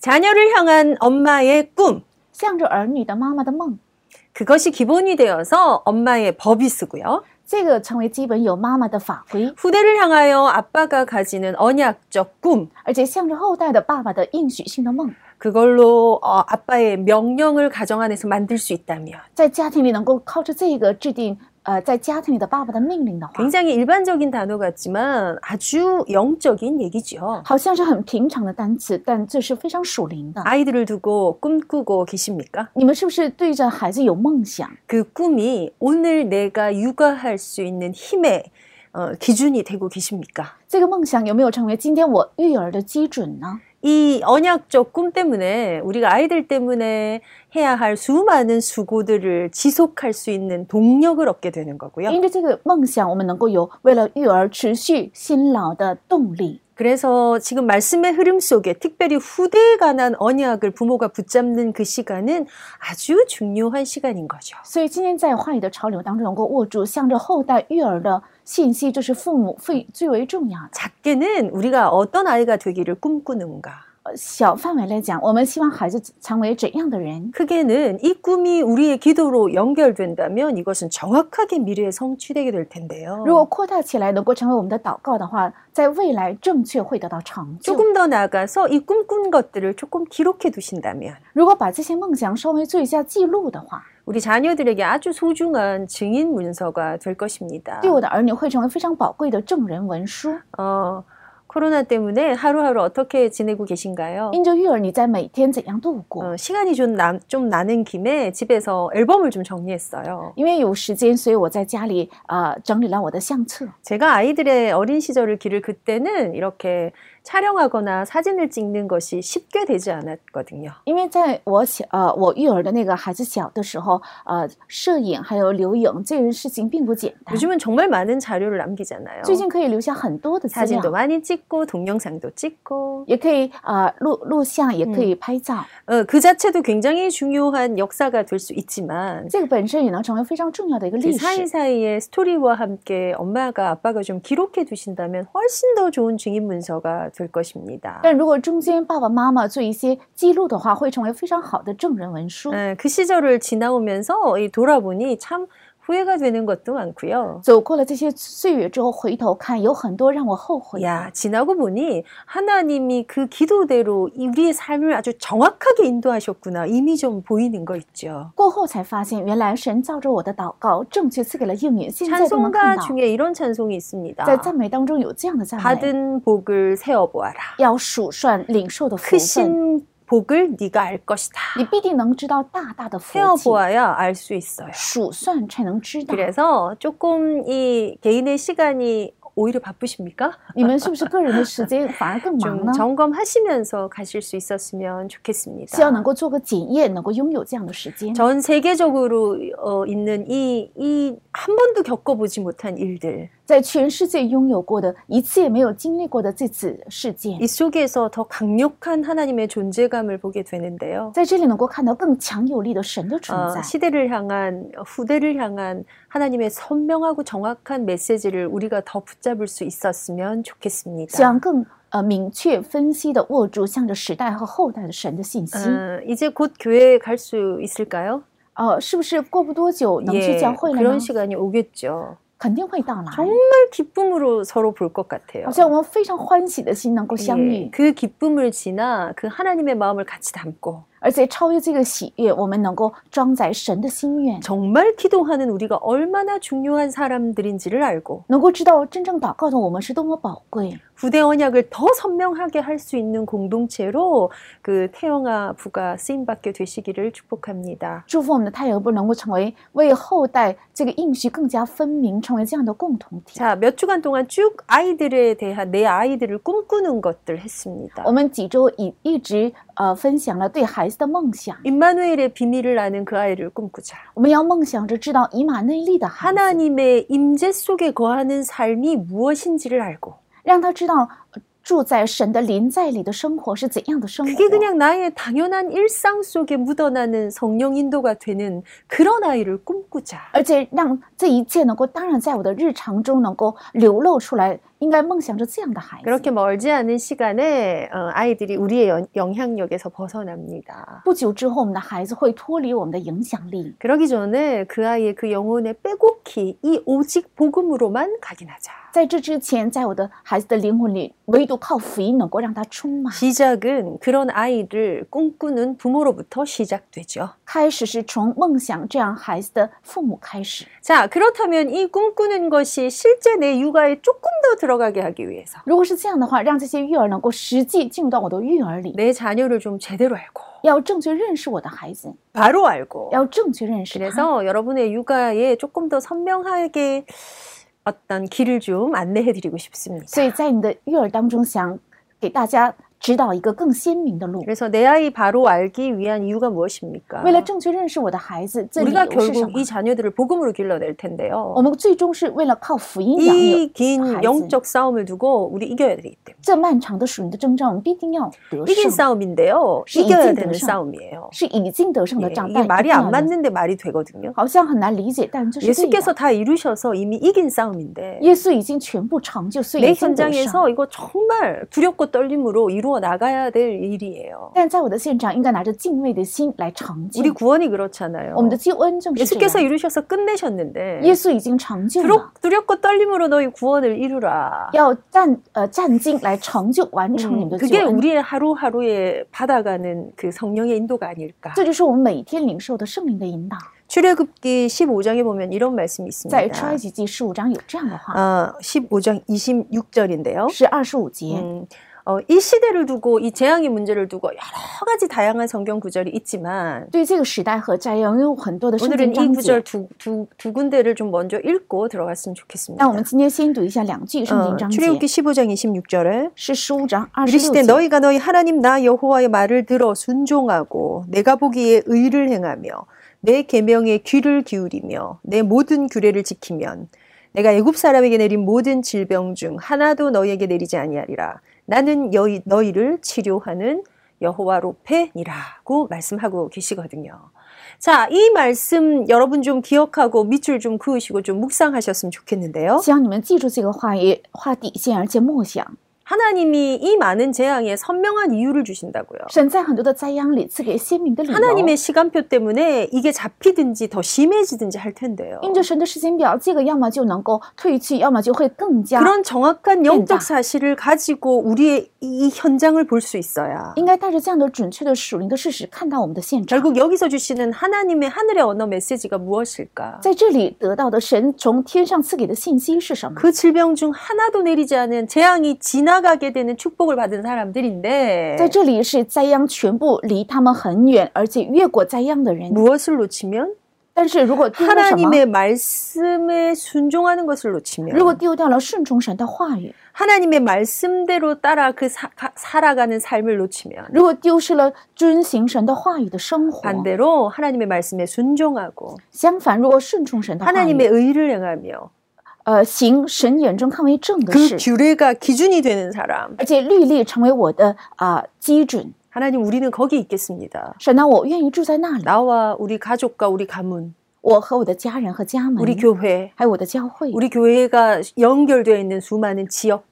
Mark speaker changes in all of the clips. Speaker 1: 자녀를 향한 엄마의 꿈.
Speaker 2: 向着儿女的妈妈的梦，
Speaker 1: 그것이 기본이 되어서 엄마의 법이 쓰고요.
Speaker 2: 这个成为基本有妈妈的法规，
Speaker 1: 후대를 향하여 아빠가 가지는 언약적 꿈.
Speaker 2: 而且向着后代的爸爸的应许性的梦，
Speaker 1: 그걸로 어, 아빠의 명령을 가정 안에서 만들 수 있다면
Speaker 2: 在家庭里能够靠着这个制定，呃，在家庭里的爸爸的命令的话，
Speaker 1: 굉장히 일반적인 단어 같지만 아주 영적인 얘기죠.
Speaker 2: 好像是很平常的单词，但这是非常属灵的。
Speaker 1: 아이들을 두고 꿈꾸고 계십니까?
Speaker 2: 你们是不是对着孩子有梦想？
Speaker 1: 그 꿈이 오늘 내가 육아할 수 있는 힘의 어, 기준이 되고 계십니까?
Speaker 2: 这个梦想有没有成为今天我育儿的基准呢？
Speaker 1: 이 언약적 꿈 때문에 우리가 아이들 때문에 해야 할 수많은 수고들을 지속할 수 있는 동력을 얻게 되는 거고요.
Speaker 2: 因着这个梦想，我们能够有为了育儿持续辛劳的动力。
Speaker 1: 그래서 지금 말씀의 흐름 속에 특별히 후대에 관한 언약을 부모가 붙잡는 그 시간은 아주 중요한 시간인 거죠.
Speaker 2: 所以今天在话语的潮流当中，能够握住向着后代育儿的信息，这是父母最最为重要的。
Speaker 1: 작게는 우리가 어떤 아이가 되기를 꿈꾸는가.
Speaker 2: 呃小范围来讲，我们希望孩子成为怎样的人？
Speaker 1: 크게는 이 꿈이 우리의 기도로 연결된다면 이것은 정확하게 미래에 성취되게 될 텐데요.
Speaker 2: 如果扩大起来，能够成为我们的祷告的话，在未来正确会得到成就。
Speaker 1: 조금 더 나아가서 이 꿈꾼 것들을 조금 기록해 두신다면
Speaker 2: 如果把这些梦想稍微做一下记录的话，
Speaker 1: 우리 자녀들에게 아주 소중한 증인 문서가 될 것입니다.
Speaker 2: 对我的儿女会成为非常宝贵的证人文书。
Speaker 1: 어, 코로나 때문에 하루하루 어떻게 지내고 계신가요?
Speaker 2: 因着育儿，你在每天怎样度过？
Speaker 1: 어, 시간이 좀, 나, 좀 나는 김에 집에서 앨범을 좀 정리했어요.
Speaker 2: 因为有时间，所以我在家里啊、呃整理了我的相册。
Speaker 1: 제가 아이들의 어린 시절을 기를 그때는 이렇게 촬영하거나 사진을 찍는 것이 쉽게 되지 않았거든요.
Speaker 2: 因为在我小呃我育儿的那个孩子小的时候，呃，摄影还有留影这件事情并不简单。
Speaker 1: 요즘은 정말 많은 자료를 남기잖아요.
Speaker 2: 最近可以留下很多的资
Speaker 1: 사진도
Speaker 2: 料，
Speaker 1: 많이 찍고 동영상도 찍고
Speaker 2: 也可以啊、呃录录像，也可以拍照。
Speaker 1: 어, 그 자체도 굉장히 중요한 역사가 될 수 있지만
Speaker 2: 这个本身也能成为非常重要的一个
Speaker 1: 그
Speaker 2: 历史。
Speaker 1: 사이사이에 스토리와 함께 엄마가 아빠가 좀 기록해 두신다면 훨씬 더 좋은 증인 문서가 될 것입니다.
Speaker 2: 但如果中间爸爸妈妈做一些记录的话，会成为非常好的证人文书。
Speaker 1: 예, 그 시절을 지나오면서 이 돌아보니 참 후회가 되는 것도 많고요.
Speaker 2: 走过了这些岁月之后，回头看，有很多让我后悔。
Speaker 1: 야, 지나고 보니 하나님이 그 기도대로 이 우리의 삶을 아주 정확하게 인도하셨구나. 이미 좀 보이는 거 있죠.
Speaker 2: 过后才发现，原来神照着我的祷告，正确赐给了应允。现在都能
Speaker 1: 찬송가
Speaker 2: 看到，
Speaker 1: 중에 이런 네, 찬송이 있습니다.
Speaker 2: 在赞美当中有这样的赞美，
Speaker 1: 받은 복을 세어보아라.
Speaker 2: 要数算领受的福分，
Speaker 1: 크신 복을 네가 알 것이다.
Speaker 2: 你必定能知道大大的福气。
Speaker 1: 세어보아야 알 수 있어요.
Speaker 2: 数算才能知道，
Speaker 1: 그래서 조금 이 개인의 시간이 오히려 바쁘십니까?
Speaker 2: 你们是不是个人的时间反而更忙
Speaker 1: 좀
Speaker 2: 呢？
Speaker 1: 점검하시면서 가실 수 있었으면
Speaker 2: 希望能
Speaker 1: 좋겠습니다.
Speaker 2: 够做个检验，能够拥有这样的时间。
Speaker 1: 전 세계적으로 어, 있는 이 이 한 번도 겪어보지 못한 일들
Speaker 2: 在全世界拥有过的一次也没有经历过的这次事件
Speaker 1: 이 ， 속에서 더 강력한 하나님의 존재감을 보게 되는데요.
Speaker 2: 在这里能够看到更强有力的神的存
Speaker 1: 어,
Speaker 2: 在。
Speaker 1: 시대를 향한 후대를 향한 하나님의 선명하고 정확한 메시지를 우리가 더 붙잡을 수 있었으면
Speaker 2: 希
Speaker 1: 좋겠습니다.
Speaker 2: 望更呃明确分析的握住向着时代和后代的神的信息。
Speaker 1: 어, 이제 곧 교회에 갈 수 있을까요?
Speaker 2: 哦、是不是过不多久能去教会了
Speaker 1: 예, 그런
Speaker 2: 呢？
Speaker 1: 시간이 오겠죠.
Speaker 2: 肯定会到来，
Speaker 1: 정말 기쁨으로 서로 볼 것 같아요.
Speaker 2: 好像我们非常欢喜的心能够
Speaker 1: 예,
Speaker 2: 相遇，
Speaker 1: 그 기쁨을 지나 그 하나님의 마음을 같이 담고
Speaker 2: 而且超越这个喜悦，我们能够装载神的心愿，
Speaker 1: 정말 기도하는 우리가 얼마나 중요한 사람들인지를 알고
Speaker 2: 能够知道真正祷告的我们是多么宝贵。
Speaker 1: 후대 언약을 더 선명하게 할 수 있는 공동체로 그 태영아 부가 쓰임받게 되시기를 축복합니다.
Speaker 2: 祝福我们的太阳部能够成为为后代这个应许更加分明，成为这样的共同体。
Speaker 1: 자, 몇 주간 동안 쭉 아이들에 대한 내 아이들을 꿈꾸는 것들 했습니다.
Speaker 2: 我们几周一一直呃分享了对孩子的梦想，
Speaker 1: 임마누엘의 비밀을 아는 그 아이를 꿈꾸자.
Speaker 2: 我们要梦想着知道以马内利的孩子，
Speaker 1: 하나님의 임재 속에 거하는 삶이 무엇인지를 알고
Speaker 2: 让他知道呃住在神的临在里的生活是怎样的生活。
Speaker 1: 그게 그냥 나의 당연한 일상 속에 묻어나는 성령 인도가 되는 그런 아이를 꿈꾸자.
Speaker 2: 而且让这一切能够当然在我的日常中能够流露出来，应该梦想着这样的孩子。
Speaker 1: 그렇게 멀지 않은 시간에 어, 아이들이 우리의 연- 영향력에서 벗어납니다.
Speaker 2: 不久之后，我们的孩子会脱离我们的影响力。
Speaker 1: 그러기 전에 그 아이의 그 영혼에 빼곡히 이 오직 복음으로만 각인하자.
Speaker 2: 在这之前，在我的孩子的灵魂里，唯独靠福音能够让他充满。
Speaker 1: 시작은 그런 아이를 꿈꾸는 부모로부터 시작되죠.
Speaker 2: 开始是从梦想这样孩子的父母开始。
Speaker 1: 자, 그렇다면 이 꿈꾸는 것이 실제 내 육아에 조금 더 들어가게 하기 위해서
Speaker 2: 如果是这样的话，让这些育儿能够实际进入到我的育儿里，
Speaker 1: 내 자녀를 좀 제대로 알고
Speaker 2: 要正确认识我的孩子，
Speaker 1: 바로 알고
Speaker 2: 要正确认识他。
Speaker 1: 그래서 여러분의 육아에 조금 더 선명하게 어떤 길을 좀 안내해 드리고 싶습니다.
Speaker 2: 所以在你的育儿当中，想给大家指导一个更鲜明的路。
Speaker 1: 그래서 내 아이 바로 알기 위한 이유가 무엇입니까?
Speaker 2: 为了正确认识啊我的孩子，这理
Speaker 1: 우리가
Speaker 2: 由是什
Speaker 1: 결국
Speaker 2: 么
Speaker 1: 이 ？ 자녀들을 복음으로 길러낼
Speaker 2: 我
Speaker 1: 텐데요.
Speaker 2: 们最终是为了靠福音养
Speaker 1: 이
Speaker 2: 育。
Speaker 1: 긴
Speaker 2: 알지.
Speaker 1: 영적 싸움을 두고 우리 이겨야 되기 때문에
Speaker 2: 这漫长的属灵的征战，我们必定要得
Speaker 1: 이긴
Speaker 2: 胜，
Speaker 1: 싸움인데요.
Speaker 2: 시-
Speaker 1: 이겨야
Speaker 2: 이긴
Speaker 1: 되는
Speaker 2: 대상.
Speaker 1: 싸움이에요.
Speaker 2: 是已经得胜
Speaker 1: 예,
Speaker 2: 的仗。
Speaker 1: 이게
Speaker 2: 但
Speaker 1: 말이
Speaker 2: 一定要
Speaker 1: 안
Speaker 2: 赢
Speaker 1: 맞는데 말이 되거든요.
Speaker 2: 好像很难理解，但就是对的
Speaker 1: 예수께서 다 이루셔서 이미 이긴 싸움인데
Speaker 2: 耶稣已经全部成就，所以
Speaker 1: 내
Speaker 2: 已经得胜。
Speaker 1: 현장에서 이거 정말 두렵고 떨림으로 이루어 나가야 될 일이에요.
Speaker 2: 但在我的现场，应该拿着敬畏的心来成就
Speaker 1: 우리 구원이 그렇잖아요.
Speaker 2: 我们的救恩正是这
Speaker 1: 예수께서
Speaker 2: 样。
Speaker 1: 이루셔서 끝내셨는데
Speaker 2: 耶稣已经成就
Speaker 1: 두렵,
Speaker 2: 了，
Speaker 1: 두렵고 떨림으로 너희 구원을 이루라.
Speaker 2: 要战呃战经来成就完成你
Speaker 1: 음,
Speaker 2: 们的救
Speaker 1: 그게
Speaker 2: 恩。
Speaker 1: 우리의 하루하루에 받아가는 그 성령의 인도가 아닐까.
Speaker 2: 这就是我们每天领受的圣灵的引导。
Speaker 1: 출애굽기 15장에 보면 이런 말씀이
Speaker 2: 在
Speaker 1: 있습니다.
Speaker 2: 出埃及记十五章有这样的话，
Speaker 1: 아, 15장 26절인데요.
Speaker 2: 是二十五节。
Speaker 1: 음, 어, 이 시대를 두고 이 재앙의 문제를 두고 여러 가지 다양한 성경 구절이 있지만
Speaker 2: 对这个时代和灾殃，有很多的圣经
Speaker 1: 오늘은 이
Speaker 2: 章节
Speaker 1: 구절 。 두, 두, 두 군데를 좀 먼저 읽고 들어갔으면 좋겠습니다.
Speaker 2: 那我们今天先读一下两嗯句圣经
Speaker 1: 어,
Speaker 2: 章节，
Speaker 1: 출애굽기 15장 26절에
Speaker 2: 是十五章二十
Speaker 1: 이르시되
Speaker 2: 六节。
Speaker 1: 너희가 너희 하나님 나 여호와의 말을 들어 순종하고 내가 보기에 의를 행하며 내 계명에 귀를 기울이며 내 모든 규례를 지키면 내가 애굽 사람에게 내린 모든 질병 중 하나도 너희에게 내리지 아니하리라 나는 여희, 너희를 치료하는 여호와 로페니라고 말씀하고 계시거든요. 자, 이 말씀 여러분 좀 기억하고 밑줄 좀 그으시고 좀 묵상하셨으면 좋겠는데요.
Speaker 2: 希望你们记住这个话语，画底线，而且默想。
Speaker 1: 하나님이 이 많은 재앙에 선명한 이유를 주신다고요.
Speaker 2: 神在很多的灾殃里赐给鲜明的理由
Speaker 1: 하나님의 。 시간표 때문에 이게 잡히든지 더 심해지든지 할 텐데요.
Speaker 2: 因着神的时间表，这个要么就能够退去，要么就会更加。
Speaker 1: 그런 정확한 영적
Speaker 2: 된다.
Speaker 1: 사실을 가지고 우리의 이 현장을 볼 수 있어야
Speaker 2: 应该带着这样的准确的属灵的事实看到我们的现场。
Speaker 1: 결국 여기서 주시는 하나님의 하늘의 언어 메시지가 무엇일까?
Speaker 2: 在这里得到的神从天上赐给的信息是什么？
Speaker 1: 그 질병 중 하나도 내리지 않은 재앙이 지나가게 되는 축복을 받은 사람들인데
Speaker 2: 在这里是灾殃全部离他们很远，而且越过灾殃的人。
Speaker 1: 무엇을 놓치면
Speaker 2: 但是如果丢了什么？
Speaker 1: 하나님의 말씀에 순종하는 것을
Speaker 2: 如果
Speaker 1: 놓치면
Speaker 2: 丢掉了顺从神的话语，
Speaker 1: 하나님의 말씀대로 따라 그 사- 가- 살아가는 삶을 놓치면
Speaker 2: 如果丢失了遵行神的话语的生活，
Speaker 1: 반대로 하나님의 말씀에 순종하고
Speaker 2: 相反，如果顺从神的话
Speaker 1: 하나님의
Speaker 2: 语，
Speaker 1: 의를 행하며
Speaker 2: 呃，行神眼中看为正的
Speaker 1: 그
Speaker 2: 事，
Speaker 1: 규례가 기준이 되는 사람
Speaker 2: 而且律例成为我的啊、基准，
Speaker 1: 하나님 우리는 거기 있겠습니다.
Speaker 2: 神呢，我愿意住在那里，
Speaker 1: 나와 우리 가족과 우리 가문,
Speaker 2: 我和我的家人和家门
Speaker 1: 우리 ， 교회,
Speaker 2: 还有我的教会，
Speaker 1: 우리 교회가 연결되어 있는 수많은 지역,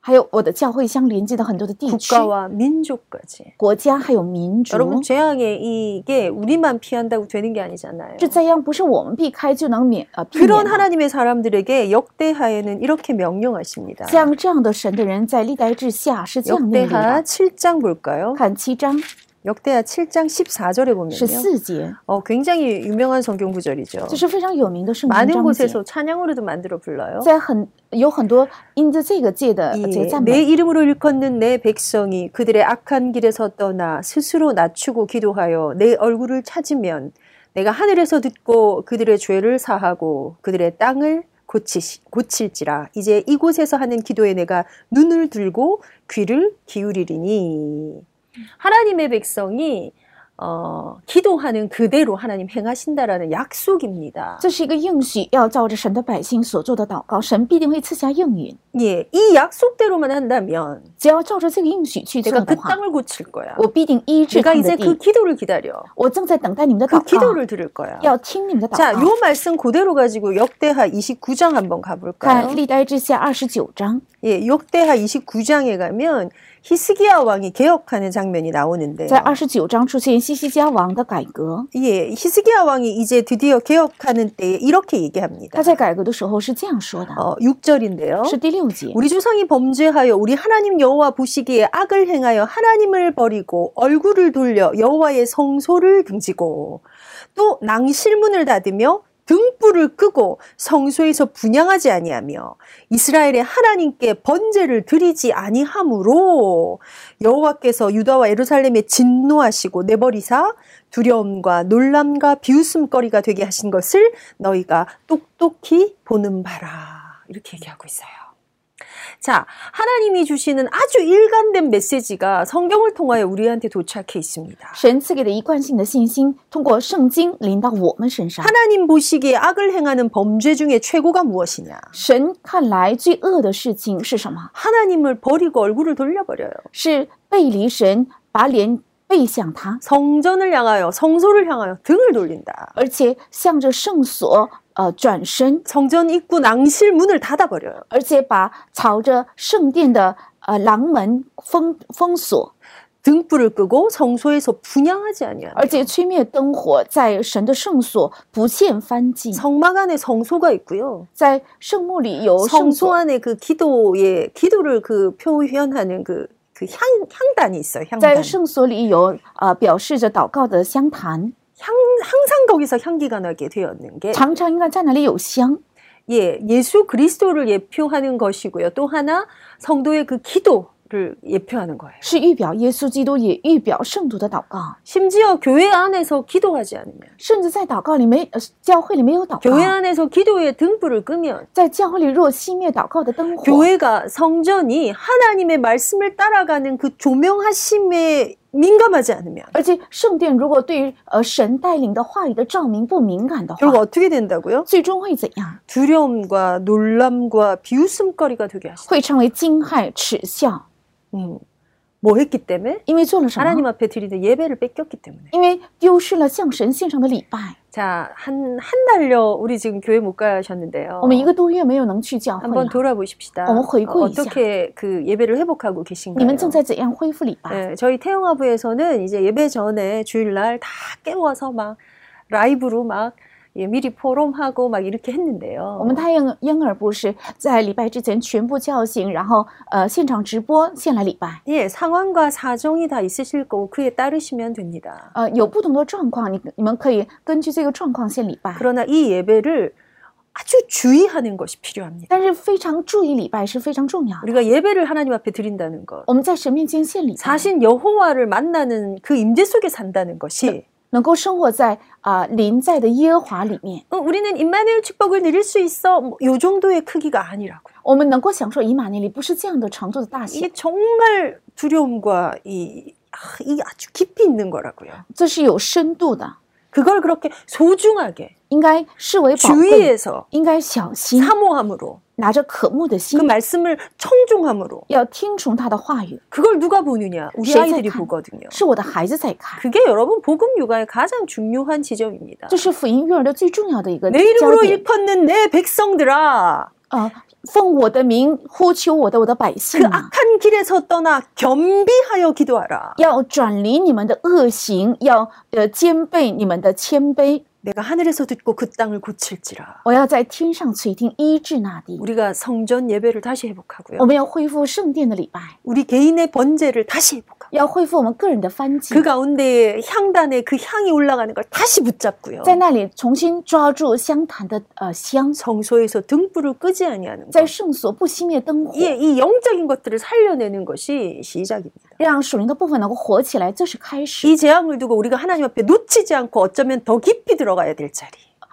Speaker 2: 还有我的教会相连接的很多的地区、
Speaker 1: 국가와 민족까지.
Speaker 2: 国家，还有民族。
Speaker 1: 여러분 재앙의 이게 우리만 피한다고 되는 게 아니잖아요.
Speaker 2: 这灾殃不是我们避开就能免呃避免
Speaker 1: 그런
Speaker 2: 的。
Speaker 1: 하나님의 사람들에게 역대하에는 이렇게 명령하십니다.
Speaker 2: 像这样的神的人，在历代之下是这样命令
Speaker 1: 역대하
Speaker 2: 的。
Speaker 1: 7장 볼까요?
Speaker 2: 看七章
Speaker 1: 역대하 7장 14절에
Speaker 2: 十
Speaker 1: 보면요.
Speaker 2: 四节，
Speaker 1: 어, 굉장히 유명한 성경 구절이죠.
Speaker 2: 这是非常有名的圣经
Speaker 1: 많은
Speaker 2: 章节。
Speaker 1: 곳에서 찬양으로도 만들어 불러요.
Speaker 2: 在很有很多因着这个界的
Speaker 1: 예,
Speaker 2: 节赞
Speaker 1: 내
Speaker 2: 美，
Speaker 1: 이름으로 일컫는 내 백성이 그들의 악한 길에서 떠나 스스로 낮추고 기도하여 내 얼굴을 찾으면 내가 하늘에서 듣고 그들의 죄를 사하고 그들의 땅을 고치시, 고칠지라 이제 이곳에서 하는 기도에 내가 눈을 들고 귀를 기울이리니 하나님의 백성이 어, 기도하는 그대로 하나님 행하신다라는 약속입니다.
Speaker 2: 这是一个应许，要照着神的百姓所做的祷告，神必定会赐下应允。
Speaker 1: 예, 이 약속대로만 한다면
Speaker 2: 只要照着这个应许去做
Speaker 1: 내가 그
Speaker 2: 的话，
Speaker 1: 땅을 고칠 거야.
Speaker 2: 我必定医治
Speaker 1: 내가
Speaker 2: 他们
Speaker 1: 이제
Speaker 2: 的
Speaker 1: 그
Speaker 2: 地。
Speaker 1: 기도를 기다려.
Speaker 2: 我正在等待你们的
Speaker 1: 그
Speaker 2: 祷告，
Speaker 1: 기도를 들을 거야.
Speaker 2: 要听你们的
Speaker 1: 자,
Speaker 2: 祷告。
Speaker 1: 요 말씀 그대로 가지고 역대하 29장 한번
Speaker 2: 看
Speaker 1: 가볼까요?
Speaker 2: 历代之下二十九章，
Speaker 1: 예, 역대하 29장에 가면 히스기야 왕이 개혁하는 장면이 나오는데요.
Speaker 2: 在二十九章出现西西家王的改革。
Speaker 1: 예, 히스기야 왕이 이제 드디어 개혁하는 때에 이렇게 얘기합니다.
Speaker 2: 他在改革的时候是这样说的，
Speaker 1: 어, 6절인데요.
Speaker 2: 是第六节。
Speaker 1: 우리 조상이 범죄하여 우리 하나님 여호와 보시기에 악을 행하여 하나님을 버리고 얼굴을 돌려 여호와의 성소를 등지고 또 낭실문을 닫으며 등불을 끄고 성소에서 분양하지 아니하며 이스라엘의 하나님께 번제를 드리지 아니하므로 여호와께서 유다와 예루살렘에 진노하시고 내버리사 두려움과 놀람과 비웃음거리가 되게 하신 것을 너희가 똑똑히 보는 바라 이렇게 얘기하고 있어요. 자, 하나님이 주시는 아주 일관된 메시지가 성경을 통하여 우리한테 도착해 있습니다.
Speaker 2: 神赐给的一贯性的信心，通过圣经临到我们身上。
Speaker 1: 하나님 보시기에 악을 행하는 범죄 중에 최고가 무엇이냐?
Speaker 2: 神看来最恶的事情是什么？
Speaker 1: 하나님을 버리고 얼굴을 돌려버려요.
Speaker 2: 是背离神，把脸背向他，
Speaker 1: 성전을 향하여 성소를 향하여 등을 돌린다.
Speaker 2: 而且向着圣所呃转身，
Speaker 1: 성전 입구 낭실 문을 닫아버려요.
Speaker 2: 而且把朝着圣殿的呃廊门封封锁，
Speaker 1: 등불을 끄고 성소에서 분양하지 아니하며
Speaker 2: 而且吹灭灯火，在神的圣所不献翻祭，
Speaker 1: 성막 안에 성소가 있고요.
Speaker 2: 在圣墓里有圣
Speaker 1: 어, 성소
Speaker 2: 所，
Speaker 1: 안에 그 기도의 기도를 그 표현하는 그, 그 향, 향단이 있어요. 향단.
Speaker 2: 在圣所里有呃表示着祷告的香坛，
Speaker 1: 향, 항상 거기서 향기가 나게 되었는 게
Speaker 2: 常常应该在哪里有香。
Speaker 1: 예, 예수 그리스도를 예표하는 것이고요. 또 하나 성도의 그 기도를 예표하는 거예요.
Speaker 2: 是预表耶稣基督，也预表圣徒的祷告。
Speaker 1: 심지어 교회 안에서 기도하지 않으면
Speaker 2: 甚至在祷告里没，呃教会里没有祷
Speaker 1: 교회
Speaker 2: 告，
Speaker 1: 안에서 기도의 등불을 끄면
Speaker 2: 在教会里若熄灭祷告的灯火，
Speaker 1: 교회가 성전이 하나님의 말씀을 따라가는 그 조명하심에 민감하지 않으면
Speaker 2: 而且圣殿如果对于呃神带领的话语的照明不敏感的话，
Speaker 1: 결국 어떻게 된다고요?
Speaker 2: 最终会怎样？
Speaker 1: 두려움과 놀람과 비웃음거리가 되게 하시죠.
Speaker 2: 会成为惊骇、耻笑，
Speaker 1: 음. 뭐 했기 때문에
Speaker 2: 因为做了什么？
Speaker 1: 하나님 앞에 드리는 예배를 뺏겼기 때문에.
Speaker 2: 因为丢失了向神献上的礼拜。
Speaker 1: 자, 한, 한 달여 우리 지금 교회 못 가셨는데요.
Speaker 2: 我们一个多月没有能去教会了
Speaker 1: 한번 ， 돌아보십시다.
Speaker 2: 어머, 거의
Speaker 1: 어,
Speaker 2: 거의
Speaker 1: 어떻게 그 예배를 회복하고 계신가요?
Speaker 2: 你们正在怎样恢复礼拜？
Speaker 1: 네, 저희 태영아부에서는 이제 예배 전에 주일날 다 깨워서 막 라이브로 막 예, 미리 포럼하고 막 이렇게 했는데요.
Speaker 2: 我们太阳婴儿部是在礼拜之前全部叫醒，然后呃现场直播献来礼拜。
Speaker 1: 예, 상황과 사정이 다 있으실 거고 그에 따르시면 됩니다.
Speaker 2: 呃，有不同的状况，你你们可以根据这个状况献礼拜。
Speaker 1: 그러나 이 예배를 아주 주의하는 것이 필요합니다.
Speaker 2: 但是非常注意礼拜是非常重要的。
Speaker 1: 우리가 예배를 하나님 앞에 드린다는 것.
Speaker 2: 我们在神面前献礼拜，
Speaker 1: 사실 여호와를 만나는 그 임재 속에 산다는 것이
Speaker 2: 能够生活在啊、临在的耶和华里面，
Speaker 1: 어, 우리는 임마누엘 축복을 누릴 수 있어 뭐, 요 정도의 크기가 아니라고요.
Speaker 2: 我们能够享受以马内利，不是这样的程度的大小
Speaker 1: 이게 ， 정말 두려움과 이, 아, 이 아주 깊이 있는 거라고요.
Speaker 2: 这是有深度的，
Speaker 1: 그걸 그렇게 소중하게
Speaker 2: 应该视为宝贵，
Speaker 1: 주의해서
Speaker 2: 应该小心，
Speaker 1: 사모함으로
Speaker 2: 拿着渴慕的
Speaker 1: 그
Speaker 2: 心，
Speaker 1: 말씀을 청중함으로
Speaker 2: 要听从他的话语。
Speaker 1: 그걸 누가 보느냐 우리
Speaker 2: 시작한-
Speaker 1: 아이들이 보거든요.
Speaker 2: 是我的孩子在看，
Speaker 1: 그게 여러분 복음 육아의 가장 중요한 지점입니다.
Speaker 2: 这是福音育儿的最重要的一个
Speaker 1: 내 이름으로
Speaker 2: 焦点
Speaker 1: 일컫는 내 백성들아
Speaker 2: 啊、奉我的名呼求我的我的百姓
Speaker 1: 그
Speaker 2: 啊，
Speaker 1: 악한 길에서 떠나 겸비하여 기도하라.
Speaker 2: 要转离你们的恶行，要呃兼备你们的谦卑。
Speaker 1: 내가 하늘에서 듣고 그 땅을 고칠지라.
Speaker 2: 我要在天上垂听医治那地，
Speaker 1: 우리가 성전 예배를 다시
Speaker 2: 我
Speaker 1: 회복하고요.
Speaker 2: 们要恢复圣殿的礼拜，
Speaker 1: 우리 개인의 번제를 다시 회복하고
Speaker 2: 要恢复我们个人的翻祭
Speaker 1: 그 ， 가운데 향단에 그 향이 올라가는 걸 다시 붙잡고요.
Speaker 2: 在那里重新抓住香坛的呃香，
Speaker 1: 성소에서 등불을 끄지 아니하는 것.
Speaker 2: 在圣所不熄灭灯火，
Speaker 1: 예, 이 영적인 것들을 살려내는 것이 시작입니다.
Speaker 2: 让属灵的部分能够活起来，这是开始。
Speaker 1: 이 재앙을 두고 우리가 하나님 앞에 놓치지 않고 어쩌면 더 깊이 들어가야 될 자리.